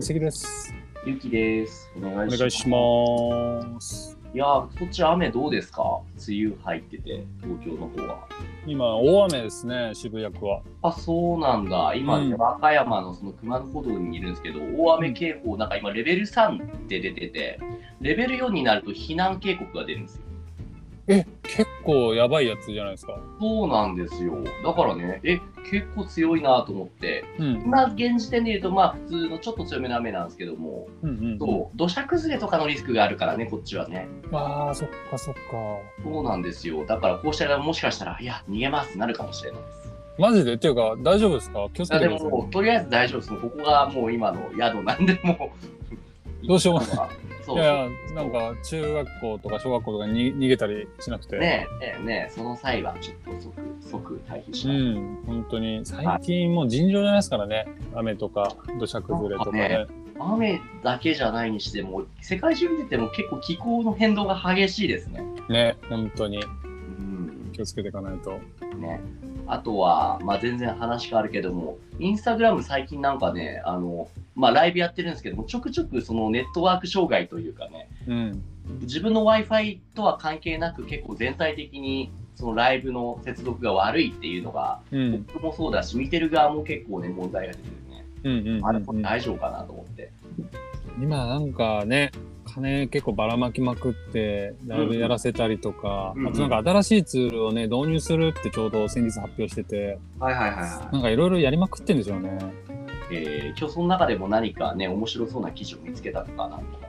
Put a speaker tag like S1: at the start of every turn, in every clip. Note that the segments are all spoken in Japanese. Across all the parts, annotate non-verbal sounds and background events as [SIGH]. S1: 関です。
S2: ゆきです。お願
S1: お
S2: いします。
S1: 願いします。
S2: いやー、そっち雨どうですか梅雨入ってて、東京の方は。
S1: 今大雨ですね、渋谷区は。
S2: あ、そうなんだ。今、
S1: うん
S2: 和歌山のその熊野古道にいるんですけど、大雨警報、なんか今、レベル3って出てて、レベル4になると避難警告が出るんですよ。
S1: え、結構やばいやつじゃないですか。
S2: そうなんですよ。だからね、え、結構強いなと思って、
S1: うん、
S2: 今、現時点で言うと、まあ、普通のちょっと強めの雨なんですけども、
S1: うん、うん。
S2: そう、土砂崩れとかのリスクがあるからね、こっちはね。
S1: ああ、そっか、そっか。
S2: そうなんですよ。だからこうしたらもしかしたら、いや、逃げますってなるかもしれないです。
S1: マジでっていうか、大丈夫ですか。気をつ
S2: いや
S1: け
S2: で
S1: てください。
S2: も、とりあえず大丈夫です。もうここがもう今の宿なんで、もう。
S1: どうしようも
S2: ない。そ
S1: いうやいや、なんか中学校とか小学校とかに逃げたりしなくて。
S2: ねえ、ねえ、ねえ、その際はちょっと即、即退避
S1: う
S2: します。
S1: ん、本当に最近もう尋常じゃないですからね、雨とか土砂崩れとかね。
S2: 雨だけじゃないにしても、世界中見てても結構気候の変動が激しいですね。
S1: ね、本当に
S2: うん。
S1: 気をつけていかないと。
S2: ね。あとは、まあ、全然話変わるけども、インスタグラム最近なんかね、あの、まあ、ライブやってるんですけども、ちょくちょくそのネットワーク障害というかね、
S1: うん、
S2: 自分の Wi-Fi とは関係なく結構全体的にそのライブの接続が悪いっていうのが
S1: うん、
S2: 僕もそうだし見てる側も結構ね問題が出てるね
S1: うん、うんうん。
S2: あれこれ大丈夫かなと思って
S1: 今なんかね金結構ばらまきまくってライブやらせたりとか、
S2: うんうん
S1: あとなんか新しいツールをね導入するってちょうど先日発表してて
S2: はいはいはいは
S1: なんかいろいろやりまくってんですよね
S2: い、えー、今日その中でも何かね面白そうな記事を見つけたとかなんとか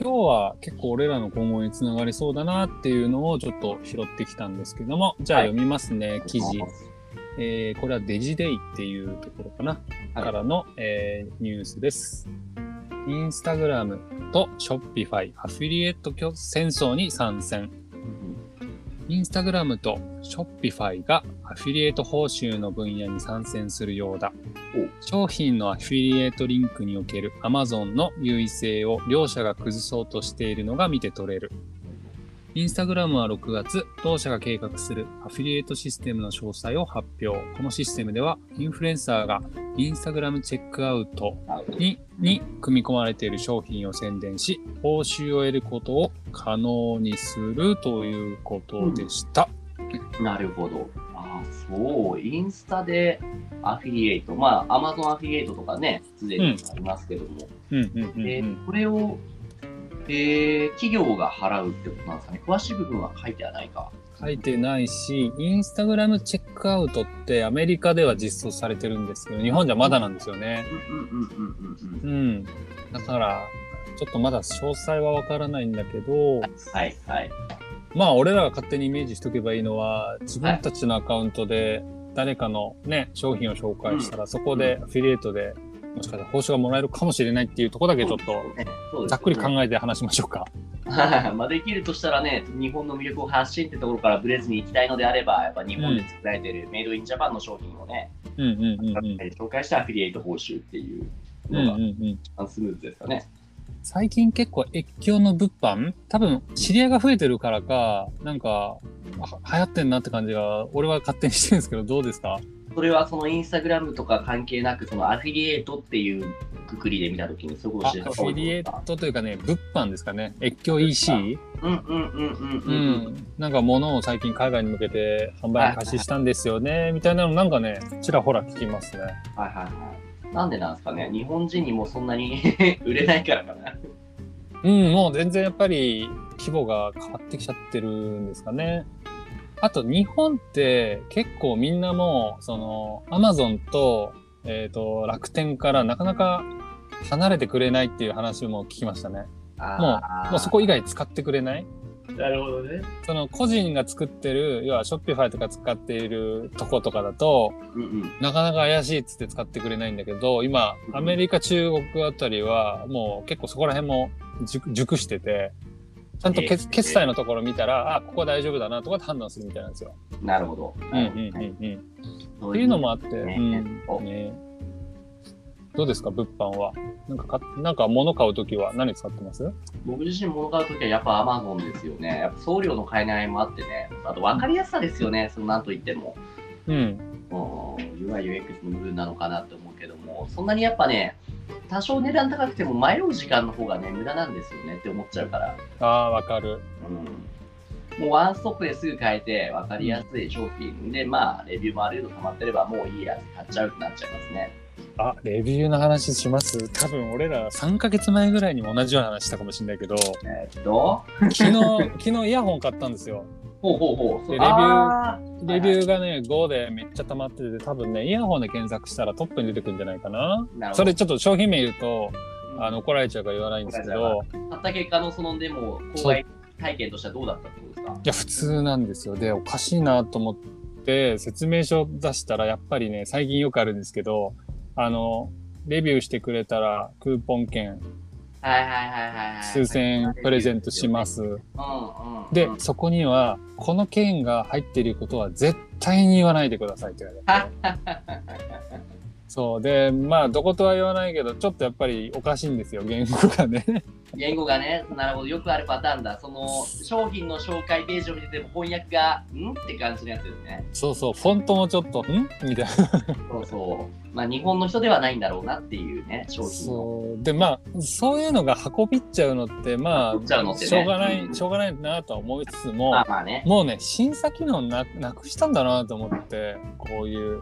S1: 今日は結構俺らの今後につながりそうだなっていうのをちょっと拾ってきたんですけどもじゃあ
S2: はい
S1: 読みますね、記事
S2: は、
S1: えーこれはデジデイっていうところかな、
S2: はい
S1: からの、えーニュースです。インスタグラムとショッピファイアフィリエイト戦争に参戦。インスタグラムとショッピファイがアフィリエイト報酬の分野に参戦するようだ
S2: お。
S1: 商品のアフィリエイトリンクにおける Amazon の優位性を両社が崩そうとしているのが見て取れる。インスタグラムは6月、同社が計画するアフィリエイトシステムの詳細を発表。このシステムでは、インフルエンサーがインスタグラムチェックアウトにに組み込まれている商品を宣伝し、報酬を得ることを可能にするということでした。
S2: なるほどああそうインスタでアフィリエイトまあアマゾンアフィリエイトとかねすでにありますけども、
S1: うんうんうん
S2: で
S1: うん。
S2: これを、えー企業が払うってことなんですかね詳しい部分は書いてはないか
S1: 書いてないし、インスタグラムチェックアウトってアメリカでは実装されてるんですけど、日本じゃまだなんですよね。
S2: うんうんうんうんうん
S1: うん。だから、ちょっとまだ詳細はわからないんだけど、
S2: はいはい
S1: まあ俺らが勝手にイメージしとけばいいのは、自分たちのアカウントで誰かのね、商品を紹介したら、そこでアフィリエイトで、もしかしたら報酬がもらえるかもしれないっていうところだけちょっと、
S2: そうです
S1: ざっくり
S2: え
S1: 考えて話しましょうか。
S2: [LAUGHS] まあできるとしたらね日本の魅力を発信ってところからブレずに行きたいのであればやっぱ日本で作られてるメイドインジャパンの商品をね、
S1: うんうんうんうん。
S2: 紹介したアフィリエイト報酬っていう
S1: うん
S2: の
S1: うんうん、
S2: がスムーズですかね、
S1: 最近結構越境の物販多分知り合いが増えてるからかなんかは流行ってんなって感じが俺は勝手にしてるんですけどどうですか
S2: それはそのインスタグラムとか関係なくそのアフィリエイトっていうくくりで見たときにそういうこ
S1: あ
S2: と
S1: ア
S2: し
S1: フ
S2: てる
S1: ィリエイトというかね物販ですかね越境 EC?
S2: うんうんうんうん
S1: う
S2: うん、うん、
S1: ん、なんか物を最近海外に向けて販売開始したんですよね、みたいなのなんかね、ちらほら聞きますね。
S2: はいはいはい。なんでなんですかね、日本人にもそんなに [LAUGHS] 売れないからかな。
S1: うん、もう全然やっぱり規模が変わってきちゃってるんですかね。あと日本って結構みんなもう、その、アマゾンと、えっ、と、楽天からなかなか離れてくれないっていう話も聞きましたね。もう、もうそこ以外使ってくれない
S2: なるほどね。
S1: その個人が作ってる、要はショッピファイとか使っているとことかだと、
S2: うんうん。
S1: なかなか怪しいっつって使ってくれないんだけど、今、アメリカ、中国あたりは、もう結構そこら辺も熟熟してて、ちゃんと決,、
S2: ええ
S1: 決済のところ見たら、あ、ここは大丈夫だなとかで判断するみたいなんですよ。
S2: なるほど。
S1: うんうんうんうん。
S2: そ
S1: っていうのもあって、
S2: ね
S1: うんね、どうですか、物販は。なんかか、なんか物買うときは何使ってます
S2: 僕自身物買うときはやっぱアマゾンですよね。やっぱ送料の買えないもあってね。あと分かりやすさですよね。そのなんといっても。
S1: うん。
S2: うん UI、UX の部分なのかなって思うけども、そんなにやっぱね、多少値段高くても迷う時間の方がね、無駄なんですよねって思っちゃうから。
S1: ああー、わかる。
S2: うん。もうワンストップですぐ買えて、分かりやすい商品で、まあ、レビューもある程度溜まってれば、もういいやつ買っちゃうってなっちゃいますね。
S1: あ、レビューの話します。多分俺ら3ヶ月前ぐらいにも同じような話したかもしれないけど、
S2: えーっと、
S1: 昨日、昨日イヤホン買ったんですよ。
S2: ほうほうほう。そ
S1: でレ
S2: う
S1: ビュー
S2: あ
S1: レビューがね、5でめっちゃ溜まってて、多分ね、イヤホンで検索したらトップに出てくるんじゃないかな。
S2: ーなるほ
S1: そ
S2: ど
S1: れちょっと商品名言うと、
S2: うん
S1: あの、怒られちゃうから言わないんですけ
S2: 怒られ
S1: ど、
S2: 買った結果のそのでも購買体験としてはどうだったってことですか
S1: いや、普通なんですよ。で、おかしいなと思って、説明書出したら、やっぱりね、最近よくあるんですけど、あの、レビューしてくれたら、クーポン券、
S2: はいはいはいはいはい。
S1: 数千円プレゼントします。
S2: うんうんうん。
S1: で、そこには、この券が入っていることは絶対に言わないでくださいって言われて。 [LAUGHS] そう。で、まあ、どことは言わないけど、ちょっとやっぱりおかしいんですよ、言語がね。
S2: 言語がね、なるほど、よくあるパターンだ。その商品の紹介ページを見てても翻訳が、んって感じのやつですね。
S1: [LAUGHS] そうそう、フォントもちょっと、んみたいな。
S2: そうそう。まあ日本の人ではないんだろうなっていうね、商品の。
S1: そう。で、まあ、そういうのが運びっちゃうのって、まあ、
S2: 運びっちゃうのってね
S1: しょうがない、
S2: うん
S1: しょうがないなとは思いつつ
S2: ま
S1: も
S2: あ、まあね。
S1: もうね、審査機能ななくしたんだなと思って、こういう。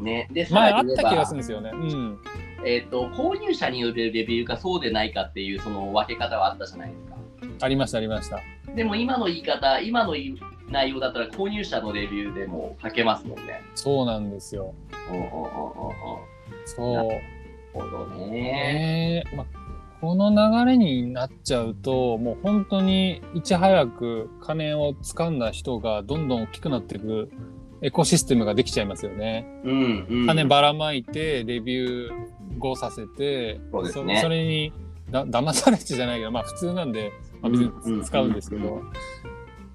S2: ね。で、さ
S1: 前
S2: ら
S1: あっ
S2: に言え
S1: た気がするん、
S2: ば
S1: ですよね。うん。
S2: えっ、と、購入者によるレビューかそうでないかっていうその分け方はあったじゃないですか。
S1: ありました、ありました。
S2: でも今の言い方、今の言い内容だったら購入者のレビューでも書けますもんね。
S1: そうなんですよ。
S2: おうおうおうおう
S1: そう。
S2: おうなるほどね。
S1: ええま、この流れになっちゃうともう本当にいち早く金を掴んだ人がどんどん大きくなっていくエコシステムができちゃいますよね。
S2: うんうん。
S1: 金ばらまいてレビュー後させて
S2: そうですね
S1: そそれにだ騙されてじゃないけどまあ普通なんで、まあ、別に使うんですけ
S2: うんうん
S1: ど。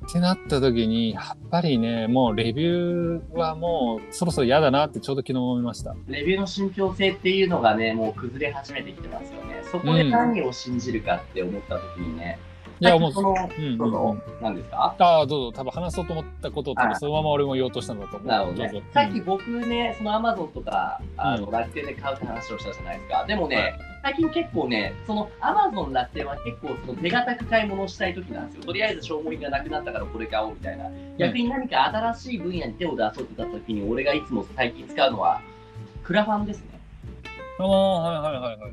S1: ってなった時にやっぱりねもうレビューはもうそろそろ嫌だなってちょうど昨日思いました。
S2: レビューの信憑性っていうのがね、もう崩れ始めてきてますよね。そこで何を信じるかって思った時にね、
S1: いやもう
S2: そ
S1: うん
S2: の、
S1: うんうん
S2: その、何ですか
S1: ああ、どうぞ、多分話そうと思ったことを、多
S2: は
S1: 分
S2: い
S1: そのまま俺も言おうとしたんだと思う。
S2: なるほど
S1: うぞ
S2: ね。さっき僕ね、そのアマゾンとか、あ
S1: う
S2: の
S1: ん
S2: 楽天で買うって話をしたじゃないですか。でも
S1: は
S2: ね、最近結構ね、そのアマゾン楽天は結構その手堅く買い物をしたい時なんですよ。とりあえず消耗品がなくなったからこれ買おうみたいな。逆に何か新しい分野に手を出そうってなった時に、俺がいつも最近使うのは、クラファンですね。
S1: ああ、はいはいはいはい。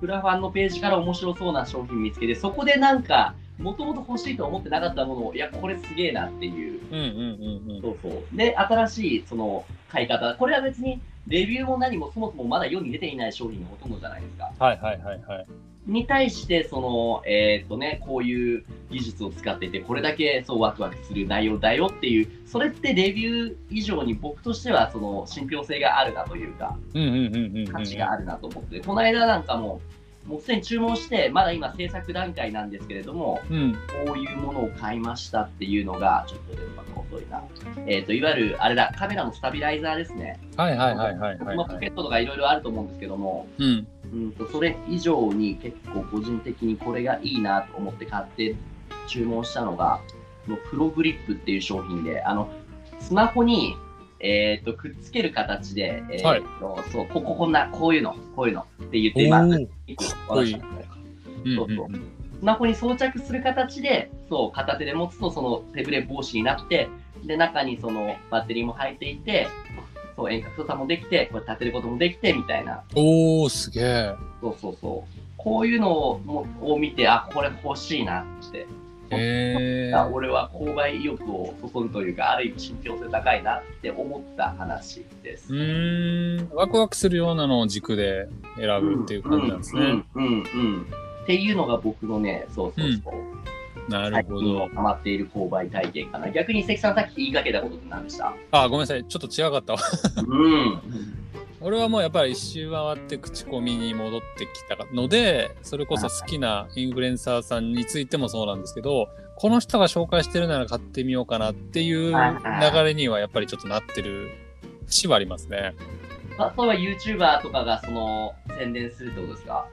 S2: クラファンのページから面白そうな商品見つけて、そこでなんか、もともと欲しいと思ってなかったものを、いや、これすげえなっていう。
S1: うんうんうんうん。
S2: そうそう。で、新しいその買い方、これは別にレビューも何もそもそもまだ世に出ていない商品がほとんどじゃないですか。
S1: はいはいはいはい。
S2: に対して、その、えーっとね、こういう技術を使っていて、これだけそうワクワクする内容だよっていう、それってレビュー以上に僕としては、その信憑性があるなというか、
S1: うんうんうんうんうん。
S2: 価値があるなと思って、この間なんかもう、もうすでに注文して、まだ今制作段階なんですけれども、
S1: うん。
S2: こういうものを買いましたっていうのが、ちょっと電波が遅いな。えっ、と、いわゆる、あれだ、カメラのスタビライザーですね。
S1: はいはいはいはいはい
S2: まあポ
S1: は
S2: ケ
S1: い。
S2: ットとかいろいろあると思うんですけども、
S1: うん。
S2: うんと、それ以上に結構個人的にこれがいいなと思って買って注文したのが、このプログリップっていう商品で、あの、スマホに、えっ、と、くっつける形で、えー
S1: はい
S2: とそう、こここんな、こういうの、こういうのって言っ
S1: おお
S2: て、今、
S1: ー。
S2: いくつ
S1: かっこいい
S2: お話ししたのか
S1: うん
S2: そうそうスマホに装着する形で、そう、片手で持つと、その手ぶれ防止になって、で、中にそのバッテリーも入っていて、そう、遠隔操作もできて、これ立てることもできて、みたいな。
S1: おお、すげえ。
S2: そうそうそう。こういうのをもを見て、あ、これ欲しいなって。
S1: へえ。
S2: あ俺は購買意欲をそそるというか、ある意味信憑性高いなって思った話です。
S1: うーん。ワクワクするようなのを軸で選ぶっていう感じなんですね。
S2: うんうんうんうんっていうのが僕のね、そうそうそう。
S1: なるほ
S2: 最
S1: ど
S2: 近。ハマっている購買体験かな。逆に関さんさっき言いかけたことって何でした
S1: あ、ごめんなさい。ちょっと違かったわ。
S2: うん。
S1: 俺はもうやっぱり一周回って口コミに戻ってきたのでそれこそ好きなインフルエンサーさんについてもそうなんですけどこの人が紹介してるなら買ってみようかなっていう流れにはやっぱりちょっとなってる節はありますね
S2: まあ、例えば YouTuber とかがその宣伝するってことですか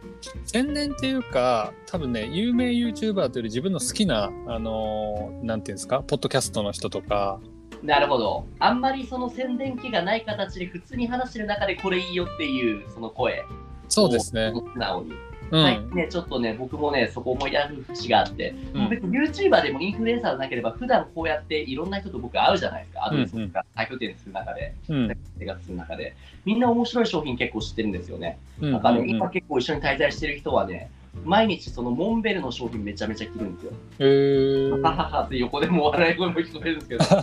S1: 宣伝っていうか多分ね有名 YouTuber というより自分の好きなあのーなんていうんですかポッドキャストの人とか
S2: なるほど。あんまりその宣伝機がない形で普通に話してる中でこれいいよっていうその声。
S1: そうですね。
S2: 素直に。
S1: うん。
S2: 最近ね、ちょっとね、僕もね、そこ思い出す節があって、
S1: う
S2: 別に YouTuber でもインフルエンサーでなければ、普段こうやっていろんな人と僕会うじゃないですか、アドレスとか、多拠点する中で、
S1: ん。
S2: 生活する中で、みんな面白い商品結構知ってるんですよね。
S1: うん。
S2: なんかね、今結構一緒に滞在してる人はね、毎日そのモンベルの商品めちゃめちゃ着るんですよ。
S1: えー。
S2: はははって横でもう笑い声も聞こえ
S1: [LAUGHS]
S2: るんですけど、そ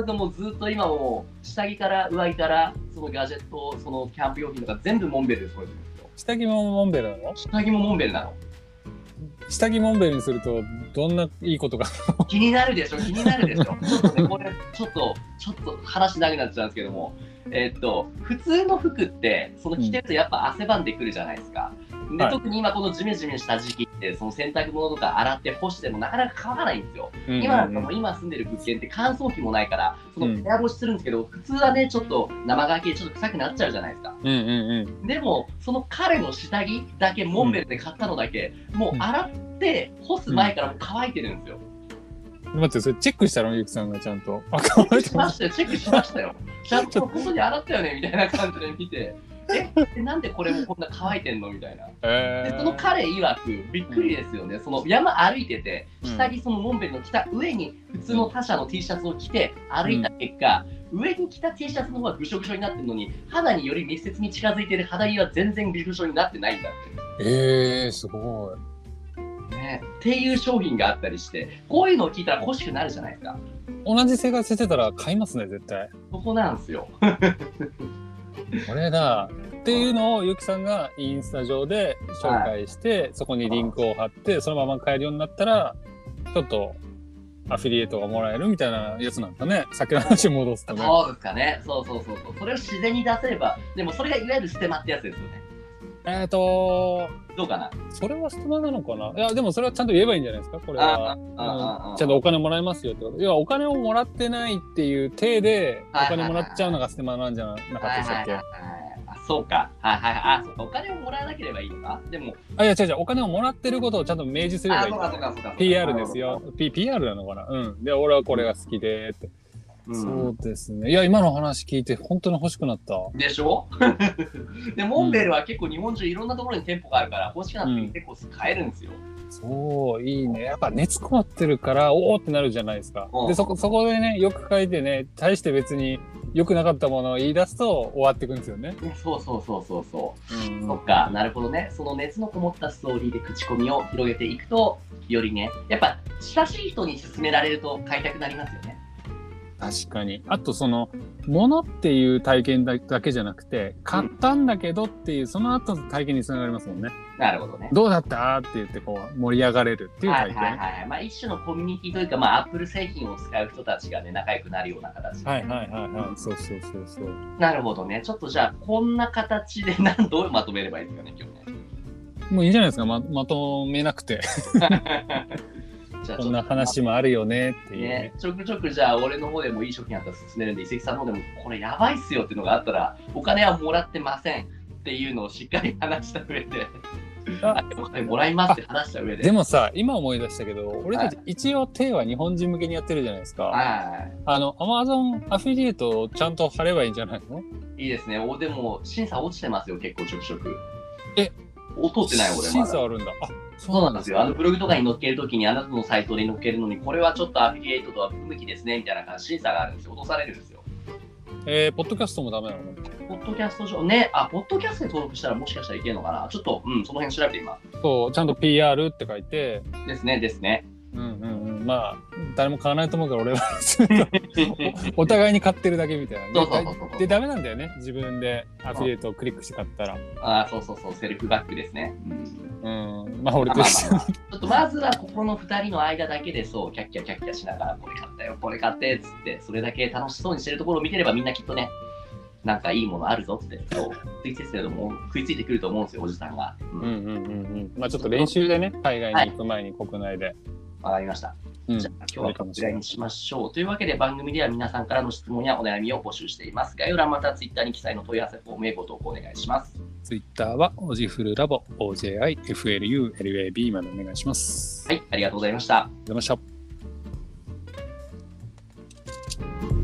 S2: れでもうずっと今もう下着から上着から、そのガジェット、そのキャンプ用品とか全部モンベルで揃えてるんですよ。
S1: 下着もモンベルなの
S2: 下着もモンベルなの。
S1: 下着モンベルにすると、どんないいことが。
S2: 気になるでしょ、気になるでしょ。 [LAUGHS] ちょっとね、これ、ちょっと、ちょっと話長くなっちゃうんですけども、えーっと、普通の服って、その着てるとやっぱ汗ばんでくるじゃないですか。で、
S1: はい
S2: 特に今このジメジメした時期って、その洗濯物とか洗って干してもなかなか乾かないんですよ。今なんかもう今住んでる物件って乾燥機もないから、その部屋干しするんですけど、普通はね、ちょっと生乾きでちょっと臭くなっちゃうじゃないですか。
S1: うんうんうん。
S2: でも、その彼の下着だけモンベルで買ったのだけ、もう洗って干す前からもう乾いてるんですよ。
S1: 待って、それチェックしたのゆきさんがちゃんと。あ、かわいい
S2: し。
S1: [LAUGHS]
S2: ましたよ、チェックしましたよ。ちゃんと本当に洗ったよねみたいな感じで見て、え、えなんでこれもこんな乾いてんのみたいな。
S1: え
S2: で、
S1: ー
S2: その彼曰く、びっくりですよね、その山歩いてて、
S1: うん
S2: 下着そのモンベルの着た上に、普通の他社の T シャツを着て歩いた結果、上に着た T シャツの方がぐしょぐしょになってるのに、肌により密接に近づいてる肌着は全然ぐしょぐしょになってないんだって。
S1: えー、すごい。
S2: ね、っていう商品があったりして、こういうのを聞いたら欲しくなるじゃないですか。
S1: 同じ生活してたら買いますね、絶対。
S2: そこなんですよ。
S1: これだ。っていうのをゆきさんがインスタ上で紹介して、そこにリンクを貼ってそのまま買えるようになったらちょっとアフィリエイトがもらえるみたいなやつなんだね先の話に戻すとね。
S2: そうですかね。そうそうそうそう。それを自然に出せれば、でもそれがいわゆるステマってやつですよね。
S1: えっと
S2: どうかな。
S1: それはストマなのかないやでもそれはちゃんと言えばいいんじゃないですかこれは。
S2: ああああ
S1: う
S2: あ
S1: んちゃんとお金もらえますよってこと要はお金をもらってないっていう体でお
S2: はいはい
S1: 金
S2: はい
S1: もらっちゃうのがステマなんじゃななかったでしたっけ、
S2: はいはいはいはいあそうか。はいはいはい。あ、そうか。お金をもらえなければいいのか。でも、
S1: あいや違う違うお金をもらってることをちゃんと明示すれば
S2: あ、
S1: いい
S2: そうかそうかそうか。
S1: PR ですよ。P PR なのかなうんで俺はこれが好きでって
S2: うん。
S1: そうですね。いや、今の話聞いて、本当に欲しくなった。
S2: でしょ [LAUGHS] で、モンベルは結構日本中いろんなところに店舗があるから、欲しくなって結構買えるんですよ。
S1: そう、いいね。やっぱ熱こもってるから、おおってなるじゃないですか
S2: う。ん
S1: で、そこ、そこでね、よく書いてね、大して別に良くなかったものを言い出すと終わっていくんですよね。
S2: ねそうそうそうそうそう。
S1: うん
S2: そっか、なるほどね。その熱のこもったストーリーで口コミを広げていくと、よりね、やっぱ親しい人に勧められると買いたくなりますよね。
S1: 確かに。あと、その、ものっていう体験だだけじゃなくて、買ったんだけどっていう、その後の体験につながりますもんね。
S2: なるほどね。
S1: どうだったって言って、こう、盛り上がれるっていう
S2: はい
S1: 体験。
S2: はいはい。まあ一種のコミュニティというか、まあアップル製品を使う人たちがね、仲良くなるような形。
S1: はいはいはいはい。そうそうそうそう。
S2: なるほどね。ちょっとじゃあ、こんな形で何、どうまとめればいいですかね、今日ね。
S1: もういいじゃないですか。ま、まとめなく
S2: [LAUGHS]
S1: て。
S2: じゃあちょっと
S1: こんな話もあるよねっていうね
S2: ね。、ちょくちょくじゃあ俺の方でもいい商品あったら勧めるんで、一石さんの方でもこれやばいっすよっていうのがあったら、お金はもらってませんっていうのをしっかり話した上で、
S1: あ
S2: あお金もらいますって話した上で。
S1: でもさ今思い出したけど俺たち一応手は日本人向けにやってるじゃないですか、
S2: は
S1: あのアマゾンアフィリエイトをちゃんと貼ればいいんじゃないの
S2: い。いいですね。おでも審査落ちてますよ、結構ちょくちょく。
S1: え
S2: お通ってない俺まだ
S1: 審査あるんだあ
S2: そうなんですよ。あのブログとかに載っけるときに、あなたのサイトに載っけるのに、これはちょっとアフィリエイトとは不向きですね、みたいな感じ、審査があるんですよ。落とされるんですよ。
S1: えー、ポッドキャストもダメなの
S2: ポッドキャスト上、ね、あ、ポッドキャストで登録したらもしかしたらいけるのかな。ちょっと、うん、その辺調べてみ [LAUGHS] ま
S1: そうちゃんと PR って書いて
S2: す。ですね、ですね。
S1: うんうんうんまあ誰も買わないと思うから俺はおお互いに買ってるだけみたいな
S2: そうそうそうそう
S1: ででダメなんだよね自分でアフィリエイトをクリックして買ったら
S2: あ、そうそうそう、セルフバックですね。う
S1: う
S2: ん
S1: んまあ俺
S2: ま
S1: と一緒
S2: あまあまあまあ、ちょっとまずはここの2人の間だけでそうキャッキャキャッキャしながらこれ買ったよこれ買ってっつってそれだけ楽しそうにしてるところを見てればみんなきっとねなんかいいものあるぞってそう食いついてると思う食いついてくると思うんですよおじさんが、うん
S1: うんうんうんうんまあちょっと練習でね海外に行く前に国内で、
S2: わかりました。
S1: うん
S2: じゃあ今日はこちらにしましょう。というわけで番組では皆さんからの質問やお悩みを募集しています。概要欄または Twitter に記載の問い合わせフォームへご投稿お願いします。
S1: ツイッターは、オジフルラボ、OJIFLULAB までお願いします。。
S2: はいい、ありがとうございました。
S1: ありがとうございました。